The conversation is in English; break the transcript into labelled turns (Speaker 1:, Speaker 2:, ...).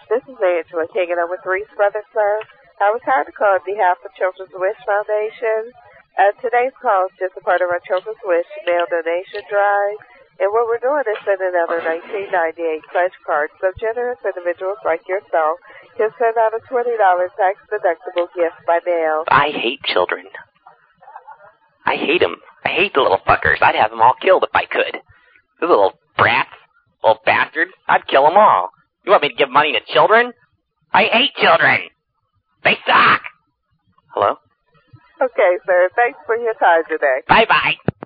Speaker 1: Management, taking over Three Brothers Sons. I retired the call on behalf of Children's Wish Foundation. Uh, today's call is just a part of our Children's Wish mail donation drive. And what we're doing is sending out a 1998 pledge card. So generous individuals like yourself can send out a $20 tax deductible gift by mail.
Speaker 2: I hate children. I hate them. I hate the little fuckers. I'd have them all killed if I could. Those little brats, little bastards. I'd kill them all. You want me to give money to children? I hate children. They suck. Hello.
Speaker 1: Okay, sir. Thanks for your time today.
Speaker 2: Bye bye.